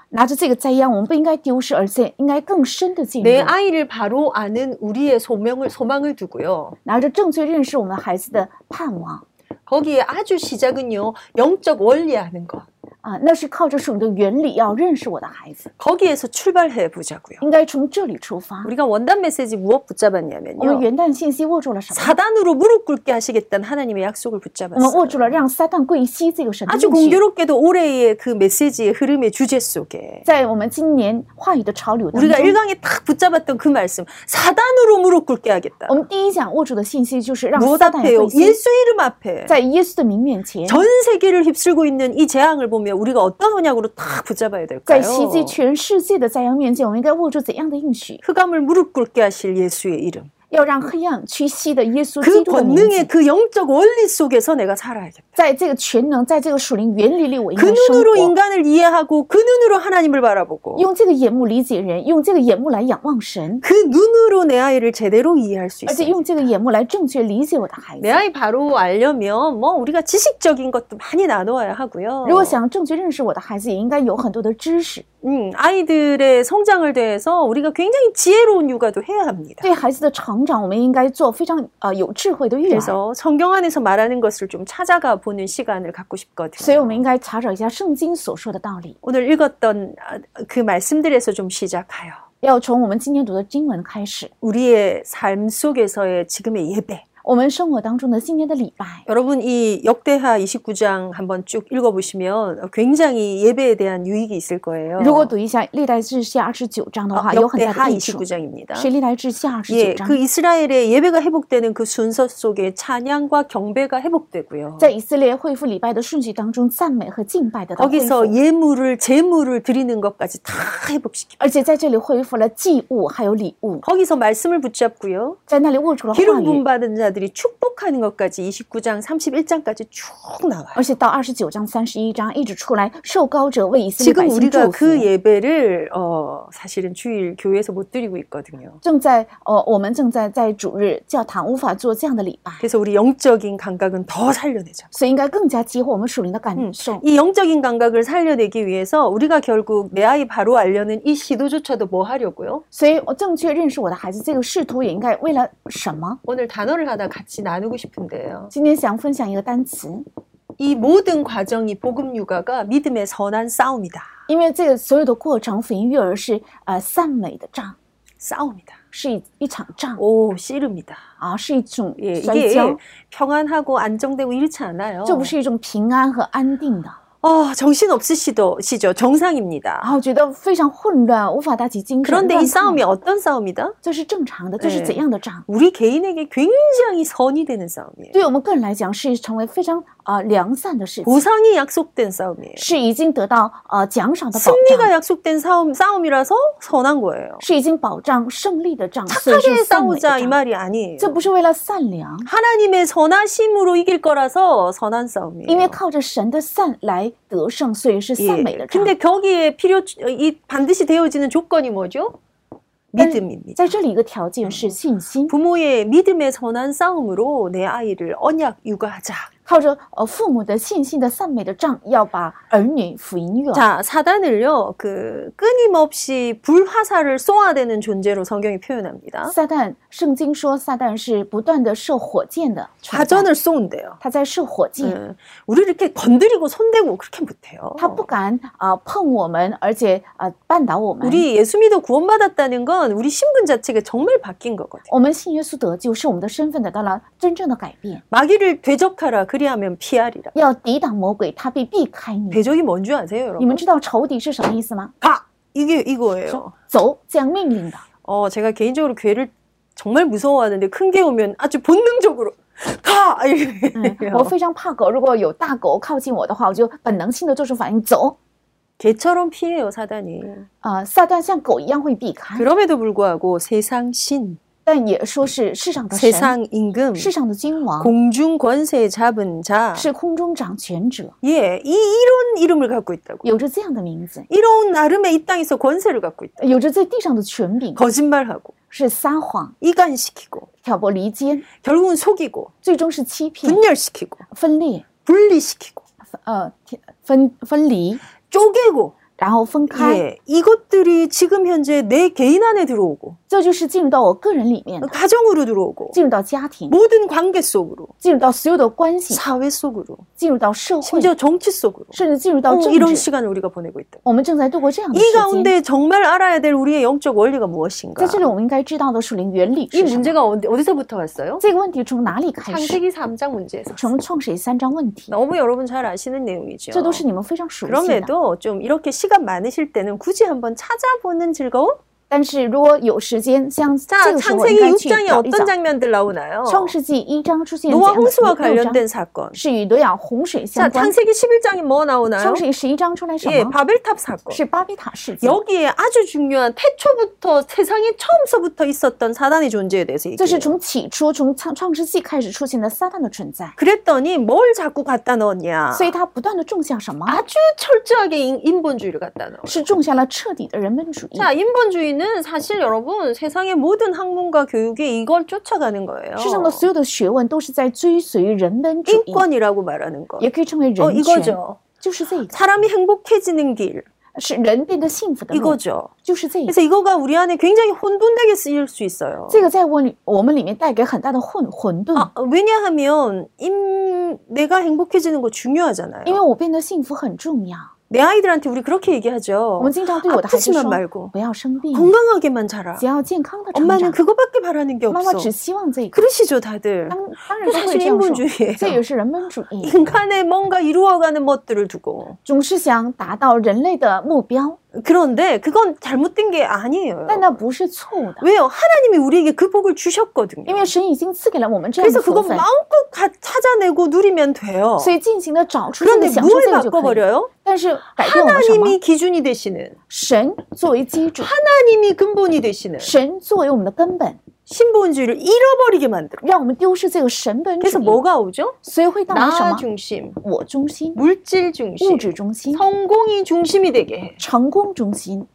Speaker 2: 拿着这个灾殃，我们不应该丢失，而且应该更深的进入。
Speaker 1: 내 아이를 바로 아는 우리의 소명을 소망을 두고요.
Speaker 2: 拿着正确认识我们孩子的盼望，
Speaker 1: 아, 거기에 아주 시작은요 영적 원리하는 것
Speaker 2: 啊，那是靠着属灵的原理要认识我的孩子，
Speaker 1: 거기에서 출발해 보자고요.
Speaker 2: 应该从这里出发。
Speaker 1: 우리가 원단 메시지 무엇
Speaker 2: 我们
Speaker 1: 붙잡았냐면요
Speaker 2: 元旦信息握住了什么？
Speaker 1: 사단으로 무릎 꿇게 하시겠다는 하나님의 약속을
Speaker 2: 我们
Speaker 1: 붙잡았어요.
Speaker 2: 握住了让撒旦啊跪膝这个神的
Speaker 1: 아주
Speaker 2: 应许。
Speaker 1: 공교롭게도 올해의 그 메시지의 흐름의 주제 속에
Speaker 2: 在我们今年话语的潮流当
Speaker 1: 우리가
Speaker 2: 中，
Speaker 1: 일강에 딱 붙잡았던 그 말씀 사단으로 무릎 꿇게 하겠다.
Speaker 2: 我们第一讲握住的信息就是让
Speaker 1: 무엇
Speaker 2: 撒旦
Speaker 1: 앞에요?
Speaker 2: 跪膝，
Speaker 1: 예수 이름 앞에
Speaker 2: 在耶稣的名面前，
Speaker 1: 전 세계를 휩쓸고 있는 이 재앙을 보며 우리가 어떤 언약으로 딱 붙잡아야
Speaker 2: 在
Speaker 1: 될까요?
Speaker 2: 袭击全世界的灾殃面前，我们应该握住怎样的应许？
Speaker 1: 흑암을 무릎 꿇게 하실 예수의 이름.
Speaker 2: 要让黑暗屈膝的耶稣
Speaker 1: 그
Speaker 2: 基督的名字
Speaker 1: 권능의 ，그 영적 원리 속에서 내가 살아야겠다.
Speaker 2: 在这个全能，在这个属灵原理里，我应
Speaker 1: 그
Speaker 2: 该生
Speaker 1: 눈으로
Speaker 2: 活。
Speaker 1: 인간을 이해하고 그 눈으로 하나님을 바라보고
Speaker 2: 用这个眼目理解人，用这个眼目来仰望神，
Speaker 1: 그 눈으로 내 아이를 제대로 이해할 수
Speaker 2: 而且
Speaker 1: 있어요.
Speaker 2: 用这个眼目来正确理解我的孩子
Speaker 1: 내 。 아이 바로 알려면 뭐 우리가 지식적인 것도 많이 나누어야 하고요.
Speaker 2: 如果想正确认识我的孩子，也应该有很多的知识。
Speaker 1: 음, 아이들의 성장을 대해서 우리가 굉장히 지혜로운 육아도 해야 합니다.
Speaker 2: 对孩子的成长，我们应该做非常呃有智慧的育儿。
Speaker 1: 그래서 성경 안에서 말하는 것을 좀 찾아가 보는 시간을 갖고
Speaker 2: 所以，我们
Speaker 1: 싶거든요.
Speaker 2: 应该查找一下圣经所说的道理，
Speaker 1: 오늘 읽었던 아, 그 말씀들에서 좀 시작하여
Speaker 2: 要从我们今天读的经文开始。
Speaker 1: 우리의 삶 속에서의 지금의 예배.
Speaker 2: 我们生活当中的今天的礼拜，
Speaker 1: 여러분 이 역대하 29장 한번 쭉 읽어보시면 굉장히 예배에 대한 유익이 있을 거예요.
Speaker 2: 如果读一下《历代志下》二十九章的
Speaker 1: 아,
Speaker 2: 话，有很大
Speaker 1: 역대하
Speaker 2: 的益处。是《
Speaker 1: 29장입니다.
Speaker 2: 历代志下》二十
Speaker 1: 예,
Speaker 2: 九章
Speaker 1: 그 。 이스라엘의 예배가 회복되는 그 순서 속에 찬양과 경배가 회복되고요.
Speaker 2: 在以色列恢复礼拜的顺序当中，赞美和敬拜得到恢
Speaker 1: 거기서
Speaker 2: 复，
Speaker 1: 예물을 제물을 드리는 것까지 다 회복시키고
Speaker 2: 而且在这里恢复了祭物还有礼物，
Speaker 1: 거기서 말씀을 붙잡고요.
Speaker 2: 在那里握住了话
Speaker 1: 기름
Speaker 2: 语，
Speaker 1: 분받은 자들이 축복하는 것까지 29장 31장까지 쭉 나와요.
Speaker 2: 而且到二十九章、三十一章一直出来，受高者为以色列
Speaker 1: 지금
Speaker 2: 百姓
Speaker 1: 우리가
Speaker 2: 祝福。
Speaker 1: 그 예배를 어, 사실은 주일 교회에서 못 드리고 있거든요.
Speaker 2: 正在呃，我们正在在主日教堂无法做这样的礼拜，
Speaker 1: 그래서 우리 영적인 감각은 더 살려내자.
Speaker 2: 所以应该更加激活我们属灵的感受。
Speaker 1: 이 영적인 감각을 살려내기 위해서 우리가 결국 내 아이 바로 알려는 이 시도조차도 뭐 하려고요?
Speaker 2: 所以我正确认识我的孩子，这个仕途也应该为了什么？
Speaker 1: 오늘 단어를 하나 같이 나누고 싶은데요.
Speaker 2: 今天想分享一个单词，
Speaker 1: 이 모든 과정이 복음 육아가 믿음의 선한 싸움이다.
Speaker 2: 因为这个所有的过程，福音育儿是呃赞美的仗，
Speaker 1: 싸움이다.
Speaker 2: 是一一场仗。
Speaker 1: 오 씨름이다.
Speaker 2: 啊，是一种
Speaker 1: 예,
Speaker 2: 摔
Speaker 1: 이게
Speaker 2: 跤，
Speaker 1: 평안하고 안정되고 이렇지 않아요.
Speaker 2: 这不是一种平安和安定的。
Speaker 1: 아, 정신 없으시죠? 정상입니다.
Speaker 2: 啊，我觉得非常混乱，无法打起精神。
Speaker 1: 그런데
Speaker 2: 乱
Speaker 1: 이
Speaker 2: 套
Speaker 1: 싸움이 어떤 싸움이다?
Speaker 2: 这是正常的，这是
Speaker 1: 哎
Speaker 2: 怎样的仗？
Speaker 1: 우리 개인에게 굉장히 선이 되는 싸움이에요.
Speaker 2: 对我们个人来讲，是成为非常啊、呃良善的事情，
Speaker 1: 보상이 약속된 싸움이에요.
Speaker 2: 是已经得到呃奖赏的保障，
Speaker 1: 승리가 약속된 싸움, 싸움이라서 선한 거예요.
Speaker 2: 是已经保障胜利的仗，所以
Speaker 1: 착하게
Speaker 2: 是赞美的
Speaker 1: 싸우자 이
Speaker 2: 仗。
Speaker 1: 말이 아니에요.
Speaker 2: 这不是为了善良，
Speaker 1: 하나님의 선하심으로 이길 거라서 선한
Speaker 2: 因为
Speaker 1: 싸움이에요.
Speaker 2: 靠着神的善来得胜，所以是善美
Speaker 1: 예.
Speaker 2: 的仗。
Speaker 1: 근데 거기에 필요 이 반드시 되어지는 조건이 뭐죠? 믿음입니다.
Speaker 2: 在这里一个条件是信心，
Speaker 1: 부모의 믿음의 선한 싸움으로 내 아이를 언약 육아하자.
Speaker 2: 靠着呃父母的信心的善美的仗，要把儿女福音育儿。
Speaker 1: 자, 사단을요. 그 끊임없이 불화살을 쏘아대는 존재로 성경이 표현합니다.
Speaker 2: 撒旦，圣经说撒旦是不断的射火箭的存在，
Speaker 1: 화전을 쏜대요.
Speaker 2: 他在射火箭，
Speaker 1: 음, 우리를 이렇게 건드리고 손대고 그렇게 못 해요.
Speaker 2: 他不敢啊、碰我们，而且啊、绊倒我们。
Speaker 1: 우리 예수 믿어 구원받았다는 건 우리 신분 자체가 정말 바뀐 거거든요.
Speaker 2: 我们信耶稣得救，是我们的身份得到了真正的改
Speaker 1: 嗯
Speaker 2: 变。
Speaker 1: 마귀를 대적하라 그리하면 피하리라.
Speaker 2: 要抵挡魔鬼，他必避开你。
Speaker 1: 대적이 뭔 줄 아세요,
Speaker 2: 你们
Speaker 1: 여러분?
Speaker 2: 知道仇敌是什么意思吗？
Speaker 1: 가! 이게 이거예요.
Speaker 2: 走，这样命令的。
Speaker 1: 어, 제가 개인적으로 괴를 정말 무서워하는데 큰 게 오면 아주 본능적으로 가! 아, 이래요.
Speaker 2: 嗯， 我非常怕狗，如果有大狗靠近我的话，我就本能性的做出反应，走。
Speaker 1: 개처럼 피해요, 사단이.
Speaker 2: 啊、撒旦像狗一样会避开，
Speaker 1: 그럼에도 불구하고 세상 신,
Speaker 2: 但也说是世上的神，
Speaker 1: 세상 임금,
Speaker 2: 世上的君王，
Speaker 1: 공중 권세 잡은 자.
Speaker 2: 是空中掌权者，
Speaker 1: 예, 이 이런 이름을 갖고 있다고.
Speaker 2: 有着这样的名字。
Speaker 1: 이런 나름의 이 땅에서 권세를 갖고 있다.
Speaker 2: 有着在地上的权柄，
Speaker 1: 거짓말하고
Speaker 2: 是撒谎、
Speaker 1: 이간시키고
Speaker 2: 挑拨离间，
Speaker 1: 결국은 속이고
Speaker 2: 最终是欺骗、
Speaker 1: 분열시키고
Speaker 2: 分裂、
Speaker 1: 분리시키고
Speaker 2: 呃分分离、
Speaker 1: 쪼개고
Speaker 2: 然后分开，
Speaker 1: 예, 이것들이 지금 현재 내 개인 안에 들어오고
Speaker 2: 这就是进入到我个人里面的，
Speaker 1: 가정으로 들어오고
Speaker 2: 进入到家庭，
Speaker 1: 모든 관계 속으로
Speaker 2: 进入到所有的关系，
Speaker 1: 사회 속으로
Speaker 2: 进入到社会，
Speaker 1: 심지어 정치 속으로
Speaker 2: 甚至进入到
Speaker 1: 어,
Speaker 2: 政
Speaker 1: 이런
Speaker 2: 治。
Speaker 1: 시간을 우리가 보내고 있다.
Speaker 2: 我们正在度过这样的
Speaker 1: 이
Speaker 2: 时间。
Speaker 1: 가운데 정말 알아야 될 우리의 영적 원리가 무엇인가?
Speaker 2: 在这里，我们应该知道的属灵原理
Speaker 1: 이
Speaker 2: 是什么？
Speaker 1: 문제가 어디- 어디서부터 왔어요?
Speaker 2: 这个问题从哪里开始？
Speaker 1: 창세기 3장 문제에서.
Speaker 2: 从创始三章问题，
Speaker 1: 너무 여러분 잘 아시는 내용이죠.
Speaker 2: 这都是你们非常熟悉的。
Speaker 1: 그럼에도 좀 이렇게 시간 많으실 때는 굳이 한번 찾아보는 즐거움?
Speaker 2: 但是如果有时间，像这
Speaker 1: 자,
Speaker 2: 个时候
Speaker 1: 창세기
Speaker 2: 应该去
Speaker 1: 6장에
Speaker 2: 找一找
Speaker 1: 어떤 。 장면들 나오나요?
Speaker 2: 创世纪一章出现怎
Speaker 1: 노아
Speaker 2: 样的情
Speaker 1: 홍수와
Speaker 2: 况？六章
Speaker 1: 관련된 사건.
Speaker 2: 是与挪亚洪水
Speaker 1: 자,
Speaker 2: 相关。
Speaker 1: 창세기 11장이 뭐 나오나요?
Speaker 2: 创世纪十一章出来什
Speaker 1: 예,
Speaker 2: 么？
Speaker 1: 바벨탑 사건.
Speaker 2: 是巴比塔事件。
Speaker 1: 여기에 아주 중요한 태초부터 세상이 처음서부터 있었던 사단의 존재에 대해서
Speaker 2: 这是
Speaker 1: 얘기해요.
Speaker 2: 从起初从创创世纪开始出现的撒旦的存在，
Speaker 1: 그랬더니 뭘 자꾸 갖다 넣었냐?
Speaker 2: 所以他不断的种下什么？
Speaker 1: 아주 철저하게 인- 인본주의를 갖다 넣어요.
Speaker 2: 是种下了彻底的人本主义。
Speaker 1: 자, 인본주의는 사실 여러분 세상의 모든 학문과 교육이 이걸 쫓아가는 거예요.
Speaker 2: 世上的所有的学问都是在追随人本主义，
Speaker 1: 인권이라고 말하는 거.
Speaker 2: 也可以称为
Speaker 1: 어,
Speaker 2: 哦人权，
Speaker 1: 이거죠.
Speaker 2: 就是这个，
Speaker 1: 사람이 행복해지는 길.
Speaker 2: 是人变得幸福的路，
Speaker 1: 이거죠.
Speaker 2: 就是这个。
Speaker 1: 그래서 이거가 우리 안에 굉장히 혼돈되게 쓰일 수 있어요.
Speaker 2: 这个在我里我们里面带给很大的混混沌，
Speaker 1: 아, 왜냐하면 임, 내가 행복해지는 거 중요하잖아요.
Speaker 2: 因为我变得幸福很重要。
Speaker 1: 내 아이들한테 우리 그렇게
Speaker 2: 我
Speaker 1: 얘기하죠.
Speaker 2: 们经常对我的孩子
Speaker 1: 아프지만
Speaker 2: 说，
Speaker 1: 말고
Speaker 2: 不要生
Speaker 1: 음.
Speaker 2: 病，
Speaker 1: 건강하게만 자라.
Speaker 2: 只要健康的成
Speaker 1: 엄마는
Speaker 2: 长。
Speaker 1: 그거밖에 바라는 게
Speaker 2: 妈妈
Speaker 1: 없어.
Speaker 2: 只希望这个，
Speaker 1: 그러시죠, 다들.
Speaker 2: 当
Speaker 1: 그거
Speaker 2: 当然都会
Speaker 1: 사실
Speaker 2: 这样说。
Speaker 1: 인본주의예요.
Speaker 2: 这也是人本主 义，
Speaker 1: 인간의 뭔가 이루어가는 멋들을 두고.
Speaker 2: 总是想达到人类的目标，
Speaker 1: 그런데 그건 잘못된 게 아니에요.
Speaker 2: 但那不是错误的，
Speaker 1: 왜요? 하나님이 우리에게 그 복을 주셨거든요.
Speaker 2: 因为神已经赐给了我们这样
Speaker 1: 그래서
Speaker 2: 的福
Speaker 1: 그거
Speaker 2: 分，
Speaker 1: 마음껏 가- 찾아내고 누리면 돼요.
Speaker 2: 所以尽情的找出这个
Speaker 1: 그런데
Speaker 2: 享受
Speaker 1: 뭘
Speaker 2: 这个就可以了。
Speaker 1: 바꿔버려요?
Speaker 2: 但是改变我们什么？
Speaker 1: 아, 하나님이 기준이 되시는,
Speaker 2: 神作为基础，
Speaker 1: 하나님이 근본이 되시는
Speaker 2: 神作为我们的根本，
Speaker 1: 신본주의를 잃어버리게 만들어.
Speaker 2: 让我们丢失这个神本主
Speaker 1: 그래서
Speaker 2: 义，
Speaker 1: 뭐가 오죠?
Speaker 2: 所以会带来什
Speaker 1: 나
Speaker 2: 么？
Speaker 1: 중심,
Speaker 2: 我中心、
Speaker 1: 물질
Speaker 2: 物
Speaker 1: 중심,
Speaker 2: 质中心、
Speaker 1: 성공이 중심이 되게 해.
Speaker 2: 成功中心，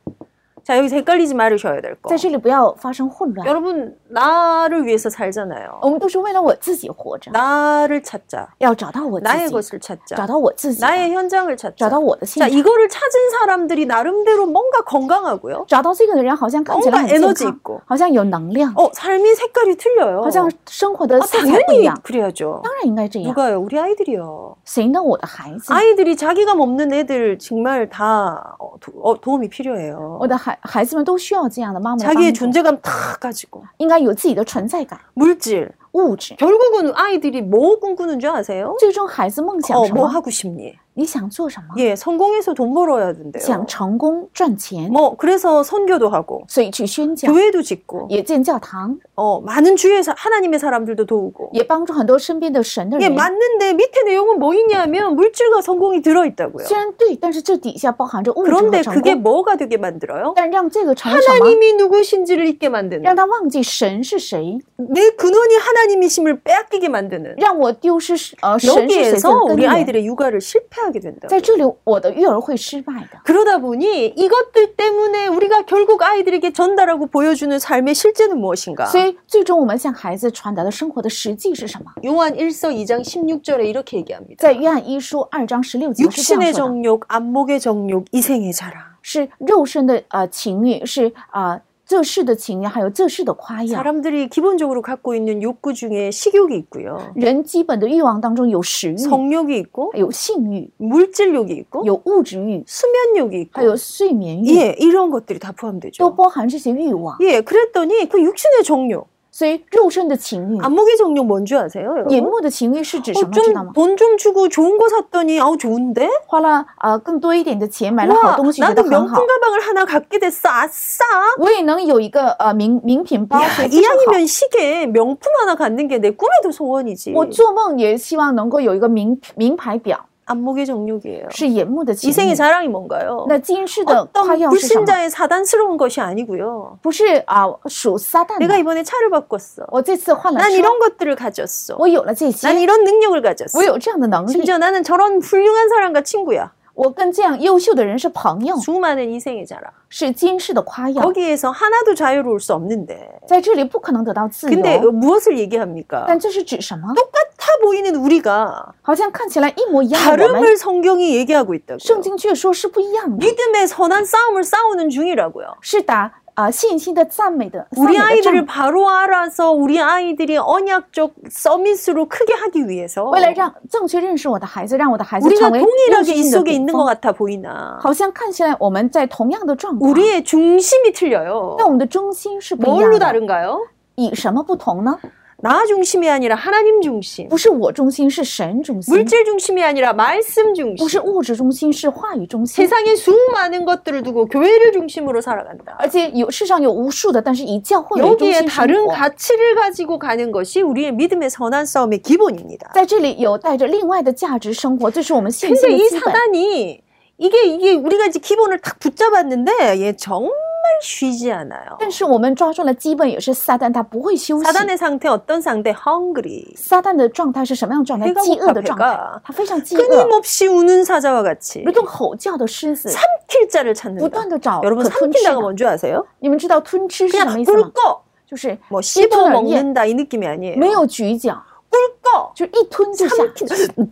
Speaker 1: 자, 여기서 헷갈리지 말으셔야 될 거.
Speaker 2: 在这里不要发生混乱。
Speaker 1: 여러분, 나를 위해서 살잖아요.
Speaker 2: 我们都是为了我自己活着，
Speaker 1: 나를 찾자.
Speaker 2: 要找到我自
Speaker 1: 어, 나의
Speaker 2: 己，
Speaker 1: 것을 찾자.
Speaker 2: 找到我自己的，
Speaker 1: 나의 현장을
Speaker 2: 找
Speaker 1: 찾자.
Speaker 2: 到我的现
Speaker 1: 자
Speaker 2: 场。
Speaker 1: 이거를 찾은 사람들이 나름대로 뭔가 건강하고요.
Speaker 2: 找到这个的人，好像看起来
Speaker 1: 뭔가
Speaker 2: 很健
Speaker 1: 에너지
Speaker 2: 康，
Speaker 1: 있고.
Speaker 2: 好像有能量，
Speaker 1: 어 삶이 색깔이 틀려요.
Speaker 2: 好像生活的
Speaker 1: 아,
Speaker 2: 色彩不一
Speaker 1: 당연히
Speaker 2: 样。
Speaker 1: 그래야죠.
Speaker 2: 当然应该这样。
Speaker 1: 누가요? 우리 아이들이요.
Speaker 2: 谁呢？我的孩子，
Speaker 1: 아이들이 자기가 먹는 애들 정말 다 어, 도, 어, 도움이 필요해요.
Speaker 2: 我的孩孩子们都需要这样的妈妈的
Speaker 1: 자기의
Speaker 2: 帮助，
Speaker 1: 존재감 다 가지고
Speaker 2: 应该有自己的存在感、
Speaker 1: 물질.
Speaker 2: 物质。
Speaker 1: 결국은 아이들이 뭐 꿈꾸는 줄 아세요?
Speaker 2: 最终，孩子梦想
Speaker 1: 어
Speaker 2: 什
Speaker 1: 뭐
Speaker 2: 么？
Speaker 1: 하고 싶니?
Speaker 2: 你想做什么？
Speaker 1: 예, 성공해서 돈 벌어야 된대요.
Speaker 2: 想成功赚钱，
Speaker 1: 뭐 그래서 선교도 하고
Speaker 2: 所以去宣教，
Speaker 1: 교회도 짓고
Speaker 2: 也建教堂，
Speaker 1: 어 많은 주위의 사- 하나님의 사람들도 도우고
Speaker 2: 也帮助很多身边的神的
Speaker 1: 예,
Speaker 2: 人。
Speaker 1: 맞는데 밑에 내용은 뭐 있냐면 물질과 성공이 들어있다고요.
Speaker 2: 虽然对，但是这底下包含着物质和
Speaker 1: 그런데
Speaker 2: 成
Speaker 1: 그게
Speaker 2: 功，
Speaker 1: 뭐가 되게 만들어요?
Speaker 2: 但让这个成为什么？
Speaker 1: 하나님이 누구신지를 잊게 만드는
Speaker 2: 让他忘记神是谁，
Speaker 1: 내 근원이 하나님이심을 빼앗기게 만드는
Speaker 2: 让我丢失呃
Speaker 1: 네.
Speaker 2: 神是谁的
Speaker 1: 여기에서
Speaker 2: 根
Speaker 1: 우리
Speaker 2: 源。
Speaker 1: 아이들의 육아를 실패하게 된다.
Speaker 2: 在这里，我的育儿会失败的。
Speaker 1: 그러다 보니 이것들 때문에 우리가 결국 아이들에게 전달하고 보여주는 삶의 실제는 무엇인가?
Speaker 2: 所以，最终我们向孩子传达的生活的实际是什么？
Speaker 1: 요한 1서 2장 16절에 이렇게 얘기합니다.
Speaker 2: 在约翰一书二章十六节是这
Speaker 1: 육신의
Speaker 2: 样说的：
Speaker 1: 정욕, 안목의 정욕, 이생의 자랑.
Speaker 2: 是肉身的呃情欲，是啊、呃、这世的情欲，还有这世的夸耀。
Speaker 1: 사람들이 기본적으로 갖고 있는 욕구 중에 식욕이 있고요.
Speaker 2: 人基本的欲望当中有食欲，
Speaker 1: 성욕이 있고
Speaker 2: 有性欲，
Speaker 1: 물질욕이 있고
Speaker 2: 有物质欲，
Speaker 1: 수면욕이
Speaker 2: 还有
Speaker 1: 있고
Speaker 2: 睡眠欲，
Speaker 1: 예, 이런 것들이 다
Speaker 2: 都
Speaker 1: 포함되죠.
Speaker 2: 包含这些欲望。
Speaker 1: 예, 그랬더니 그 육신의 정욕,
Speaker 2: 所以，肉身的情欲、
Speaker 1: 안목의 정욕 예, 뭔 줄 아세요,
Speaker 2: 眼
Speaker 1: 여러분? 어,
Speaker 2: 目哦的情欲是指什么？知道吗？
Speaker 1: 좀돈 좀 주고 좋은 거 샀더니 아우 좋은데?
Speaker 2: 花了啊、呃更多一点的钱买了好
Speaker 1: 와,
Speaker 2: 东西，觉得
Speaker 1: 나도
Speaker 2: 很好。
Speaker 1: 명품 가방을 하나 갖게 됐어. 아싸.
Speaker 2: 我也能有一个呃名名品包，
Speaker 1: 야,
Speaker 2: 所以非
Speaker 1: 이
Speaker 2: 常好。
Speaker 1: 양이면 시계 명품 하나 갖는 게 내 꿈에도 소원이지.
Speaker 2: 我做梦也希望能够有一个名名牌表，
Speaker 1: 안목의 정욕이에요.
Speaker 2: 是眼目的情
Speaker 1: 이생의
Speaker 2: 欲。
Speaker 1: 자랑이 뭔가요?
Speaker 2: 那今世的夸
Speaker 1: 어떤
Speaker 2: 耀哦是什么？
Speaker 1: 불신자의 사단스러운 것이 아니고요.
Speaker 2: 不是啊，属撒旦
Speaker 1: 내가
Speaker 2: 的。
Speaker 1: 이번에 차를 바꿨어.
Speaker 2: 我这次换了
Speaker 1: 난
Speaker 2: 车，
Speaker 1: 이런 것들을 가졌어.
Speaker 2: 我有了这
Speaker 1: 난
Speaker 2: 些，
Speaker 1: 이런 능력을 가졌어.
Speaker 2: 我有这样的能力，
Speaker 1: 심지어 나는 저런 훌륭한 사람과 친구야.
Speaker 2: 我跟这样优秀的人是朋
Speaker 1: 어.
Speaker 2: 友，
Speaker 1: 수많은 인생의 자라.
Speaker 2: 是今世的夸耀，
Speaker 1: 거기에서 하나도 자유로울 수 없는데.
Speaker 2: 在这里不可能得到自
Speaker 1: 근데
Speaker 2: 由。
Speaker 1: 무엇을 얘기합니까?
Speaker 2: 但这是指什么？
Speaker 1: 똑같아 음. 보이는 우리가
Speaker 2: 好像看起来一模一样的我们，
Speaker 1: 다름을 성경이 얘기하고 있다고.
Speaker 2: 圣经却说是不一样的，
Speaker 1: 믿음의 선한 싸움을 싸우는 중이라고요.
Speaker 2: 是打啊信心的赞美的赞
Speaker 1: 우리
Speaker 2: 美的仗
Speaker 1: 아이들을 ， 바로 알아서 우리 아이들이 언약적 서밋으로 크게 하기 위해서
Speaker 2: 为了让正确认识我的孩子，让我的孩子
Speaker 1: 우리가
Speaker 2: 成为
Speaker 1: 동일하게
Speaker 2: 用
Speaker 1: 이
Speaker 2: 心的
Speaker 1: 속에
Speaker 2: 顶
Speaker 1: 있는 것
Speaker 2: 峰。
Speaker 1: 같아 보이나
Speaker 2: 好像看起来我们在同样的状况，
Speaker 1: 우리의 중심이 틀려요.
Speaker 2: 但我们的中心是不一
Speaker 1: 뭘로
Speaker 2: 样的。
Speaker 1: 다른가요?
Speaker 2: 以什么不同呢？
Speaker 1: 나 중심이 아니라 하나님 중심,
Speaker 2: 不是我中心，是神中心；
Speaker 1: 물질 중심이 아니라 말씀
Speaker 2: 不是
Speaker 1: 중심.
Speaker 2: 物质中心，是话语中心。
Speaker 1: 세상의 수많은 것들을 두고 교회를 중심으로 살아간다.
Speaker 2: 而且有世上有无数的，但是以教会为中
Speaker 1: 여기에 어.
Speaker 2: 心生
Speaker 1: 다른
Speaker 2: 活。
Speaker 1: 가치를 가지고 가는 것이 우리의 믿음의 선한 싸움의 기본입니다.
Speaker 2: 在这里有带着另外的价值生活，这是我们信心
Speaker 1: 근데
Speaker 2: 的
Speaker 1: 이
Speaker 2: 基本。
Speaker 1: 사단이 이게 이게 우리가 이제 기본을 딱 붙잡았는데 얘 정말 네, 쉬지 않아요.
Speaker 2: 但是我们抓住了基本，也是撒旦他不会休息。
Speaker 1: 사단의 상태 어떤 상태? hungry.
Speaker 2: 撒旦的状态是什么样的状态？
Speaker 1: 배가
Speaker 2: 饥饿的
Speaker 1: 고
Speaker 2: 状
Speaker 1: 파배
Speaker 2: 态
Speaker 1: 가 ，
Speaker 2: 他非常饥饿，
Speaker 1: 끊임없이 우는 사자와 같이
Speaker 2: 如同吼叫的狮子，
Speaker 1: 삼킬자를
Speaker 2: 不
Speaker 1: 찾는다. 어,
Speaker 2: 断的找
Speaker 1: 여러분
Speaker 2: 可吞吃
Speaker 1: 삼킬자가
Speaker 2: 的。
Speaker 1: 뭔지 아세요?
Speaker 2: 你们知道吞吃是什
Speaker 1: 그냥
Speaker 2: 么意思吗？
Speaker 1: 꿀꺽
Speaker 2: 就是
Speaker 1: 뭐
Speaker 2: 一吞
Speaker 1: 씹어
Speaker 2: 而咽，
Speaker 1: 먹는다 이 느낌이 아니에요.
Speaker 2: 没有咀嚼，
Speaker 1: 꿀꺽
Speaker 2: 就是一吞就下去。
Speaker 1: 삼킬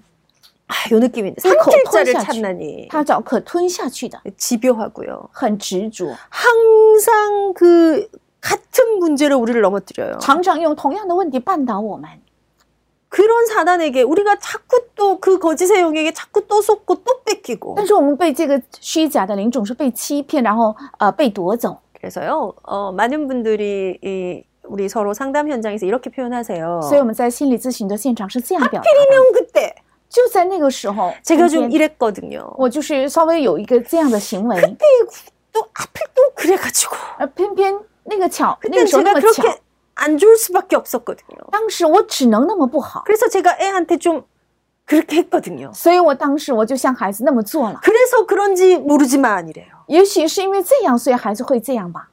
Speaker 1: 아, 요 느낌인데
Speaker 2: 이口
Speaker 1: 삼킬자를
Speaker 2: 吞下去。
Speaker 1: 찾나니
Speaker 2: 他找可吞下去的，
Speaker 1: 집요하고요.
Speaker 2: 很执着，
Speaker 1: 항상 그 같은 문제로 우리를 넘어뜨려요.
Speaker 2: 常常用同样的问题绊倒我们。
Speaker 1: 그런 사단에게 우리가 자꾸 또 그 거짓의 영에게 자꾸 또 속고 또 뺏기고
Speaker 2: 但是我们被这个虚假的灵总是被欺骗，然后呃被夺走。
Speaker 1: 그래서요 어, 많은 분들이 이, 우리 서로 상담 현장에서 이렇게 표현하세요.
Speaker 2: 所以我们在心理咨询的现场是这样表达的：
Speaker 1: 하필이면 그때
Speaker 2: 就在那个时候，
Speaker 1: 제가
Speaker 2: 今
Speaker 1: 좀
Speaker 2: 天
Speaker 1: 이랬거든요.
Speaker 2: 我就是稍微有一个这样的行
Speaker 1: 네.
Speaker 2: 为，
Speaker 1: 또 하필 또 그래가지고
Speaker 2: 而偏偏那个巧，那
Speaker 1: 그때
Speaker 2: 个时候那
Speaker 1: 제가
Speaker 2: 么巧
Speaker 1: 그렇게 ，안 좋을 수밖에 없었거든요.
Speaker 2: 当时我只能那么不好，
Speaker 1: 그래서 제가 애한테 좀 그렇게 했거든요.
Speaker 2: 所以我当时我就像孩子那么做了。
Speaker 1: 그래서 그런지 모르지만 이래요.
Speaker 2: 也许是因为这样，所以孩子会这样吧。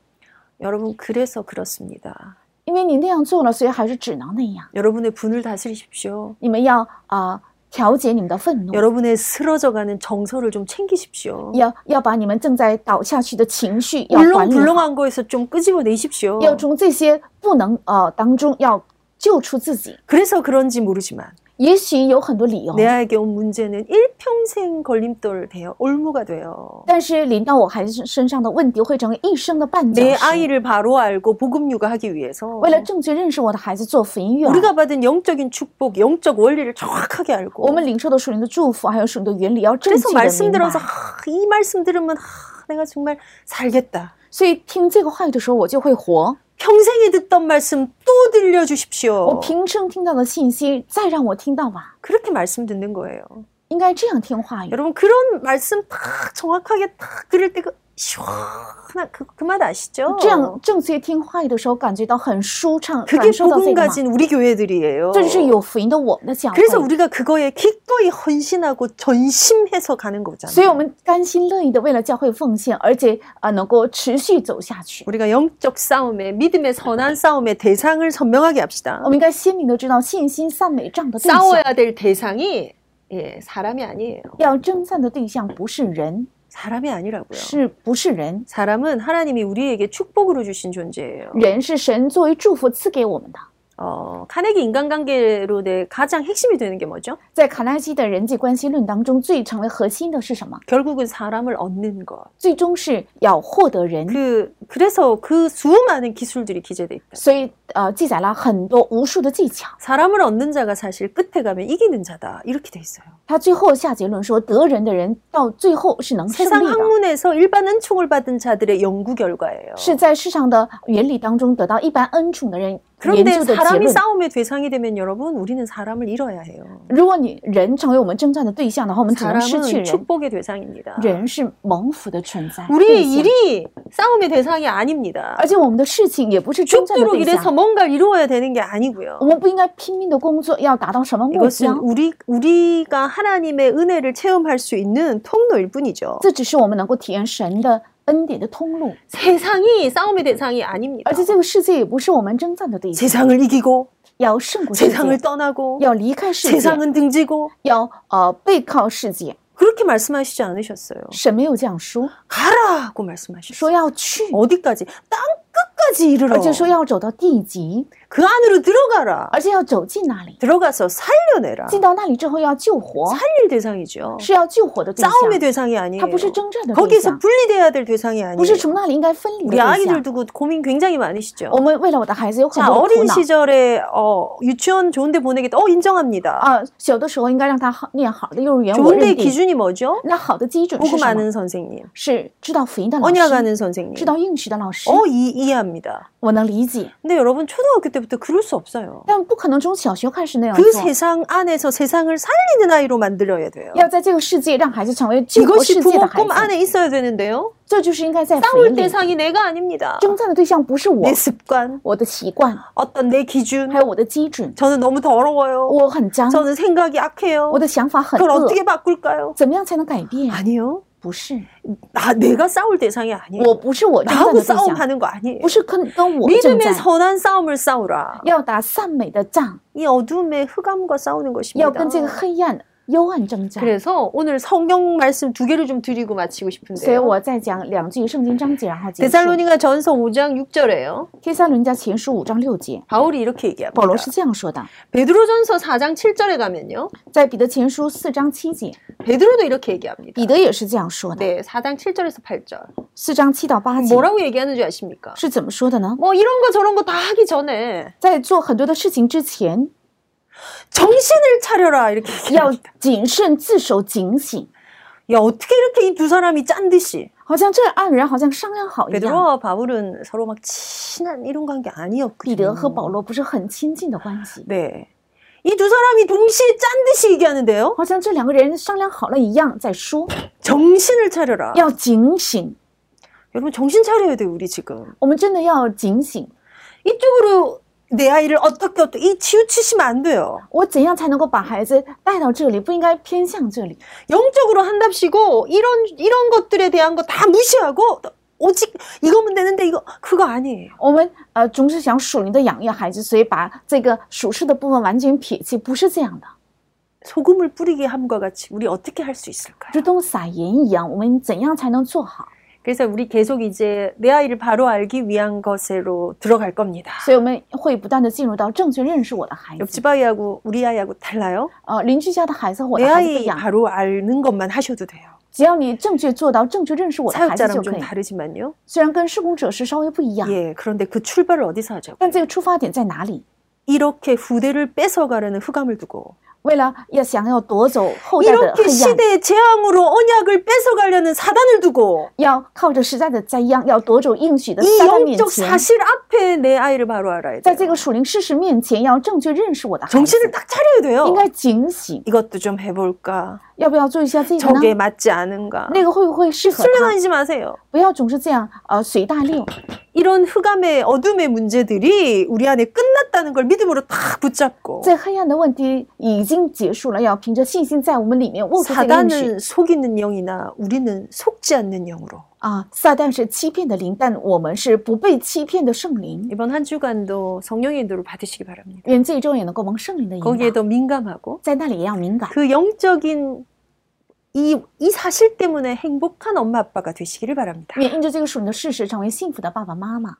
Speaker 1: 여러분 그래서 그렇습니다.
Speaker 2: 因为你那样做了，所以还是只能那样。
Speaker 1: 여러분의 분을 다스리십시오.
Speaker 2: 你们要啊、呃调节你们的愤怒，
Speaker 1: 여러분의 쓰러져가는 정서를 좀 챙기십시오.
Speaker 2: 要要把你们正在倒下去的情绪要管理好，
Speaker 1: 물렁불렁한 거에서 좀 끄집어내십시오.
Speaker 2: 要从这些不能呃当中要救出自己。
Speaker 1: 그래서 그런지 모르지만
Speaker 2: 也许有很多理由，
Speaker 1: 내 아에게 온 문제는 일평생 걸림돌 돼요. 올무가 돼요.
Speaker 2: 但是临到我孩子身上的问题会成为一生的绊脚
Speaker 1: 내
Speaker 2: 石。
Speaker 1: 아이를 바로 알고 복음 육아하기 위해서
Speaker 2: 为了正确认识我的孩子做啊福音育儿，
Speaker 1: 우리가 받은 영적인 축복, 영적 원리를 정확하게
Speaker 2: 我
Speaker 1: 알고
Speaker 2: 们领受的属灵的祝福，还有属灵的原理，要正
Speaker 1: 그래서
Speaker 2: 确的
Speaker 1: 말씀
Speaker 2: 明白。
Speaker 1: 들어서 하, 이 말씀 들으면 하, 내가 정말 살겠다.
Speaker 2: 所以听这个话语的时候，我就会活。
Speaker 1: 평생에 듣던 말씀 또
Speaker 2: 我
Speaker 1: 들려주십시오.
Speaker 2: 平生听到的信息，再让我听到吧，
Speaker 1: 그렇게 말씀 듣는 거예요.
Speaker 2: 应该这样听话语。
Speaker 1: 여러분 그런 말씀 딱 정확하게 딱 들을 때 그 시원한 그 맛 아시죠?
Speaker 2: 这样正确听话语的时候，感觉到很舒畅，
Speaker 1: 그게
Speaker 2: 感受到这
Speaker 1: 복음
Speaker 2: 个吗
Speaker 1: 가진 우리 교회들이에요.
Speaker 2: 这就是有福音的我们的教会。
Speaker 1: 그래서 우리가 그거에 기꺼이 헌신하고 전심해서 가는
Speaker 2: 所以
Speaker 1: 거잖아요.
Speaker 2: 我们甘心乐意的为了教会奉献，而且啊、呃能够持续走下去。
Speaker 1: 우리가 영적 싸움에 믿음의 선한 싸움의 대상을 선명하게 합시다.
Speaker 2: 我们应该鲜明的知道信心赞美仗的对象，
Speaker 1: 싸워야 될 대상이 예, 사람이 아니에요.
Speaker 2: 要征战的对象不是人，
Speaker 1: 사람이 아니라고요.
Speaker 2: 是不是人？
Speaker 1: 사람은 하나님이 우리에게 축복으로 주신 존재예요.
Speaker 2: 人是神作为祝福赐给我们的。
Speaker 1: 어, 카네기 인간관계로 내 가장 핵심이 되는 게 뭐죠?
Speaker 2: 在卡耐基的人际关系论当中，最成为核心的是什么？
Speaker 1: 결국은 사람을 얻는 것.
Speaker 2: 最终是要获得人。
Speaker 1: 그 그래서 그 수많은 기술들이 기재돼 있다.
Speaker 2: 所以呃，记载了很多无数的技巧。
Speaker 1: 사람을 얻는 자가 사실 끝에 가면 이기는 자다 이렇게 돼 있어요.
Speaker 2: 他最后下结论说，得人的人到最后是能胜
Speaker 1: 세상
Speaker 2: 利的，
Speaker 1: 학문에서 일반 은총을 받은 자들의 연구 결과예요.
Speaker 2: 是在世上的原理当中得到一般恩宠的人研
Speaker 1: 그런데
Speaker 2: 究的结
Speaker 1: 사람이
Speaker 2: 论。
Speaker 1: 싸움의 대상이 되면 여러분 우리는 사람을 잃어야 해요.
Speaker 2: 如果你人成为我们征战的对象的话，我们只能失
Speaker 1: 사람은
Speaker 2: 去人。
Speaker 1: 축복의 대상입니다.
Speaker 2: 人是蒙福的存在，对
Speaker 1: 우리의
Speaker 2: 象
Speaker 1: 일이 싸움의 대상이 아닙니다.
Speaker 2: 而且我们的事情也不是征战的
Speaker 1: 죽도록
Speaker 2: 对
Speaker 1: 일해서
Speaker 2: 象。
Speaker 1: 뭔가를 이루어야 되는 게 아니고요.
Speaker 2: 我们不应该拼命的工作，要达到什么目
Speaker 1: 이것은
Speaker 2: 标？
Speaker 1: 우리 우리가 하나님의 은혜를 체험할 수 있는 통로일 뿐이죠.
Speaker 2: 这只是我们能够体验神的恩典的通
Speaker 1: 啊
Speaker 2: 路，
Speaker 1: 세상이 싸움의 대상이 아닙니다.
Speaker 2: 而且这个世界也不是我们征战的对象。
Speaker 1: 세상을 이기고
Speaker 2: 要胜过世
Speaker 1: 세상을
Speaker 2: 界，
Speaker 1: 떠나고
Speaker 2: 要离开世界，
Speaker 1: 세상은 등지고
Speaker 2: 要呃背靠世界。
Speaker 1: 그러 그렇게 말씀하시지 않으셨어요.
Speaker 2: 神没有这样说，
Speaker 1: 가라고 말씀하셨어요.
Speaker 2: 说要去，
Speaker 1: 어디까지? 땅 끝까지 이르러.
Speaker 2: 而且说要走到地极，
Speaker 1: 그 안으로 들어가라.
Speaker 2: 而且要走进那里。
Speaker 1: 들어가서 살려내라.
Speaker 2: 进到那里之后要救活，
Speaker 1: 살릴 대상이죠.
Speaker 2: 是要救活的对象，
Speaker 1: 싸움의 대상이 아니에요.
Speaker 2: 它不是征战的对
Speaker 1: 거기서
Speaker 2: 象，
Speaker 1: 분리돼야 될 대상이
Speaker 2: 不
Speaker 1: 아니에요.
Speaker 2: 是从那里应该分离的
Speaker 1: 우리
Speaker 2: 对
Speaker 1: 아이들
Speaker 2: 象。
Speaker 1: 두고 고민 굉장히 많으시죠.
Speaker 2: 我们为了我的孩子有很
Speaker 1: 자,
Speaker 2: 多的苦
Speaker 1: 어린
Speaker 2: 恼
Speaker 1: 시절에 어, 유치원 좋은데 보내겠다. 어, 인정합니다.
Speaker 2: 啊，小的时候应该让他好念好的幼儿园，我
Speaker 1: 좋은데
Speaker 2: 认定。
Speaker 1: 기준이 뭐죠?
Speaker 2: 那好的基准是
Speaker 1: 복음
Speaker 2: 什么？
Speaker 1: 아는 어, 선생님,
Speaker 2: 是知道福音的哦老
Speaker 1: 언약
Speaker 2: 师，
Speaker 1: 아는 선생님.
Speaker 2: 知道应许的老师，
Speaker 1: 어, 이, 이해합니다.
Speaker 2: 我能理解，
Speaker 1: 근데 여러분 초등학교 때부터 그럴 수 없어요.
Speaker 2: 但不可能从小学开始那样
Speaker 1: 네, 그
Speaker 2: 做。
Speaker 1: 세상 안에서 세상을 살리는 아이로 만들어야 돼요.
Speaker 2: 要在这个世界让孩子成为救活世
Speaker 1: 이것이
Speaker 2: 界的
Speaker 1: 부모
Speaker 2: 孩
Speaker 1: 꿈
Speaker 2: 子，
Speaker 1: 안에 있어야 어, 되는데요.
Speaker 2: 这就是应该在福
Speaker 1: 싸울
Speaker 2: 音里
Speaker 1: 대상이 내가 아닙니다.
Speaker 2: 征战的对象不是我
Speaker 1: 내 ， 습관,
Speaker 2: 我的习惯，
Speaker 1: 어떤 내 기준.
Speaker 2: 还有我的基准，
Speaker 1: 저는 너무 더러워요.
Speaker 2: 我很脏，
Speaker 1: 저는 생각이 악해요.
Speaker 2: 我的想法很
Speaker 1: 그걸
Speaker 2: 恶，
Speaker 1: 어떻게 바꿀까요?
Speaker 2: 怎么样才能改变？
Speaker 1: 아니요.
Speaker 2: 不是，
Speaker 1: 나 내가 싸울 대상이 아니에요.
Speaker 2: 我不是我征战
Speaker 1: 나하고
Speaker 2: 的对象，
Speaker 1: 싸움하는 거 아니에요.
Speaker 2: 不是跟跟
Speaker 1: 뭐
Speaker 2: 我正在
Speaker 1: 믿음의 선한 싸움을 싸우라.
Speaker 2: 要打善美的仗，
Speaker 1: 이 어둠의 흑암과 싸우는
Speaker 2: 要
Speaker 1: 것입니다.
Speaker 2: 跟这个黑暗幽暗征战。
Speaker 1: 그래서 오늘 성경 말씀 두 개를 좀 드리고 마치고
Speaker 2: 所以
Speaker 1: 싶은데요.
Speaker 2: 我再讲两句圣经章节，然后结束。
Speaker 1: 데살로니가 전서 5장 6절에요.
Speaker 2: 帖撒罗尼迦前书五章六节，
Speaker 1: 바울이 이렇게
Speaker 2: 保罗
Speaker 1: 얘기합니다.
Speaker 2: 是这样说的，
Speaker 1: 베드로전서 4장 7절에 가면요.
Speaker 2: 在彼得前书四章七节，
Speaker 1: 베드로도 이렇게 얘기합니다.
Speaker 2: 彼得也是这样说的，
Speaker 1: 네, 4장 7절에서 8절.
Speaker 2: 四章七到八节
Speaker 1: 뭐라고 얘기하는 줄 아십니까?
Speaker 2: 是怎么说的呢？
Speaker 1: 뭐 이런 거 저런 거 다 하기 전에
Speaker 2: 在做很多的事情之前，
Speaker 1: 정신을 차려라 이렇게 얘기해요.
Speaker 2: 要谨慎、自守、警醒，
Speaker 1: 야 어떻게 이렇게 이 두 사람이 짠 듯이
Speaker 2: 好像这二人好像商量好一样。
Speaker 1: 베드로와 바울은 서로 막 친한 이런 관계
Speaker 2: 彼得和
Speaker 1: 아니었거든요.
Speaker 2: 保
Speaker 1: 뭐
Speaker 2: 罗不是很亲近的关系，
Speaker 1: 네. 이 두 사람이 동시에 짠 듯이 얘기하는데요.
Speaker 2: 好像这两个人商量好了一样在说，
Speaker 1: 정신을 차려라.
Speaker 2: 要警醒。
Speaker 1: 여러분 정신 차려야 돼요, 우리 지금.
Speaker 2: 我们真的要警醒，
Speaker 1: 이쪽으로 내 아이를 어떻게 어떻게 이 치우치시면 안 돼요.
Speaker 2: 我怎样才能够把孩子带到这里？不应该偏向这里。
Speaker 1: 영적으로 한답시고 이런 이런 것들에 대한 거 다 무시하고 오직 이거면 되는데 이거 그거 아니에요.
Speaker 2: 我们呃总是想属灵的养育孩子，所以把这个属世的部分完全撇弃，不是这样的。
Speaker 1: 소금을 뿌리게 함과 같이 우리 어떻게 할 수 있을까요?
Speaker 2: 如同撒盐一样，我们怎样才能做好？
Speaker 1: 그래서 우리 계속 이제 내 아이를 바로 알기 위한 것으로 들어갈 겁니다.
Speaker 2: 所以我们会不断的进入到正确认识我的孩子，
Speaker 1: 옆집 아이하고 우리 아이하고 달라요?
Speaker 2: 呃，邻居家的孩子和我
Speaker 1: 내
Speaker 2: 的孩子不一
Speaker 1: 아이
Speaker 2: 样。
Speaker 1: 바로 아는 것만 하셔도 돼요.
Speaker 2: 只要你正确做到正确认识
Speaker 1: 뭐
Speaker 2: 我的孩子就
Speaker 1: 사역자랑
Speaker 2: 可
Speaker 1: 좀
Speaker 2: 以。
Speaker 1: 다르지만요.
Speaker 2: 虽然跟施工者是稍微不一样，
Speaker 1: 예, 그런데 그 출발을 어디서 하자고?
Speaker 2: 但这个出发点在哪里？
Speaker 1: 이렇게 후대를 뺏어가려는 흑암을 두고
Speaker 2: 为了要想要夺走后代的
Speaker 1: 이렇게
Speaker 2: 黑暗，
Speaker 1: 시대의 재앙으로 언약을 뺏어가려는 사단을 두고
Speaker 2: 要靠着时代的灾殃，要夺走应许的
Speaker 1: 이
Speaker 2: 撒旦面
Speaker 1: 영적
Speaker 2: 前，
Speaker 1: 사실 앞에 내 아이를 바로 알아야
Speaker 2: 在这
Speaker 1: 돼요.
Speaker 2: 个属灵事实面前，要正确认识我的孩子，
Speaker 1: 정신을 딱 차려야 돼요.
Speaker 2: 应该警醒，
Speaker 1: 이것도 좀 해볼까?
Speaker 2: 要不要做一下这个呢？
Speaker 1: 저게 맞지 않은가?
Speaker 2: 那个会不会适合他？
Speaker 1: 술래만지 마세요.
Speaker 2: 不要总是这样呃随大流。
Speaker 1: 이런 흑암의 어둠의 문제들이 우리 안에 끝났다는 걸 믿음으로 딱 붙잡고
Speaker 2: 这黑暗的问题已经结束了，要凭着信心在我们里面握住这个应许
Speaker 1: 사단은 속이는 영이나 우리는 속지 않는 영으로
Speaker 2: 啊！撒旦是欺骗的灵，但我们是不被欺骗的圣灵。
Speaker 1: 이번 한 주간도 성령의 인도를 받으시기 바랍니다.
Speaker 2: 愿这一周也能够蒙圣灵的引导，
Speaker 1: 거기에 더 민감하고
Speaker 2: 在那里也要敏感，
Speaker 1: 그 영적인 이, 이 사실 때문에 행복한 엄마 아빠가 되시기를 바랍니다.
Speaker 2: 愿因着这个属灵的事实成为幸福的爸爸妈妈。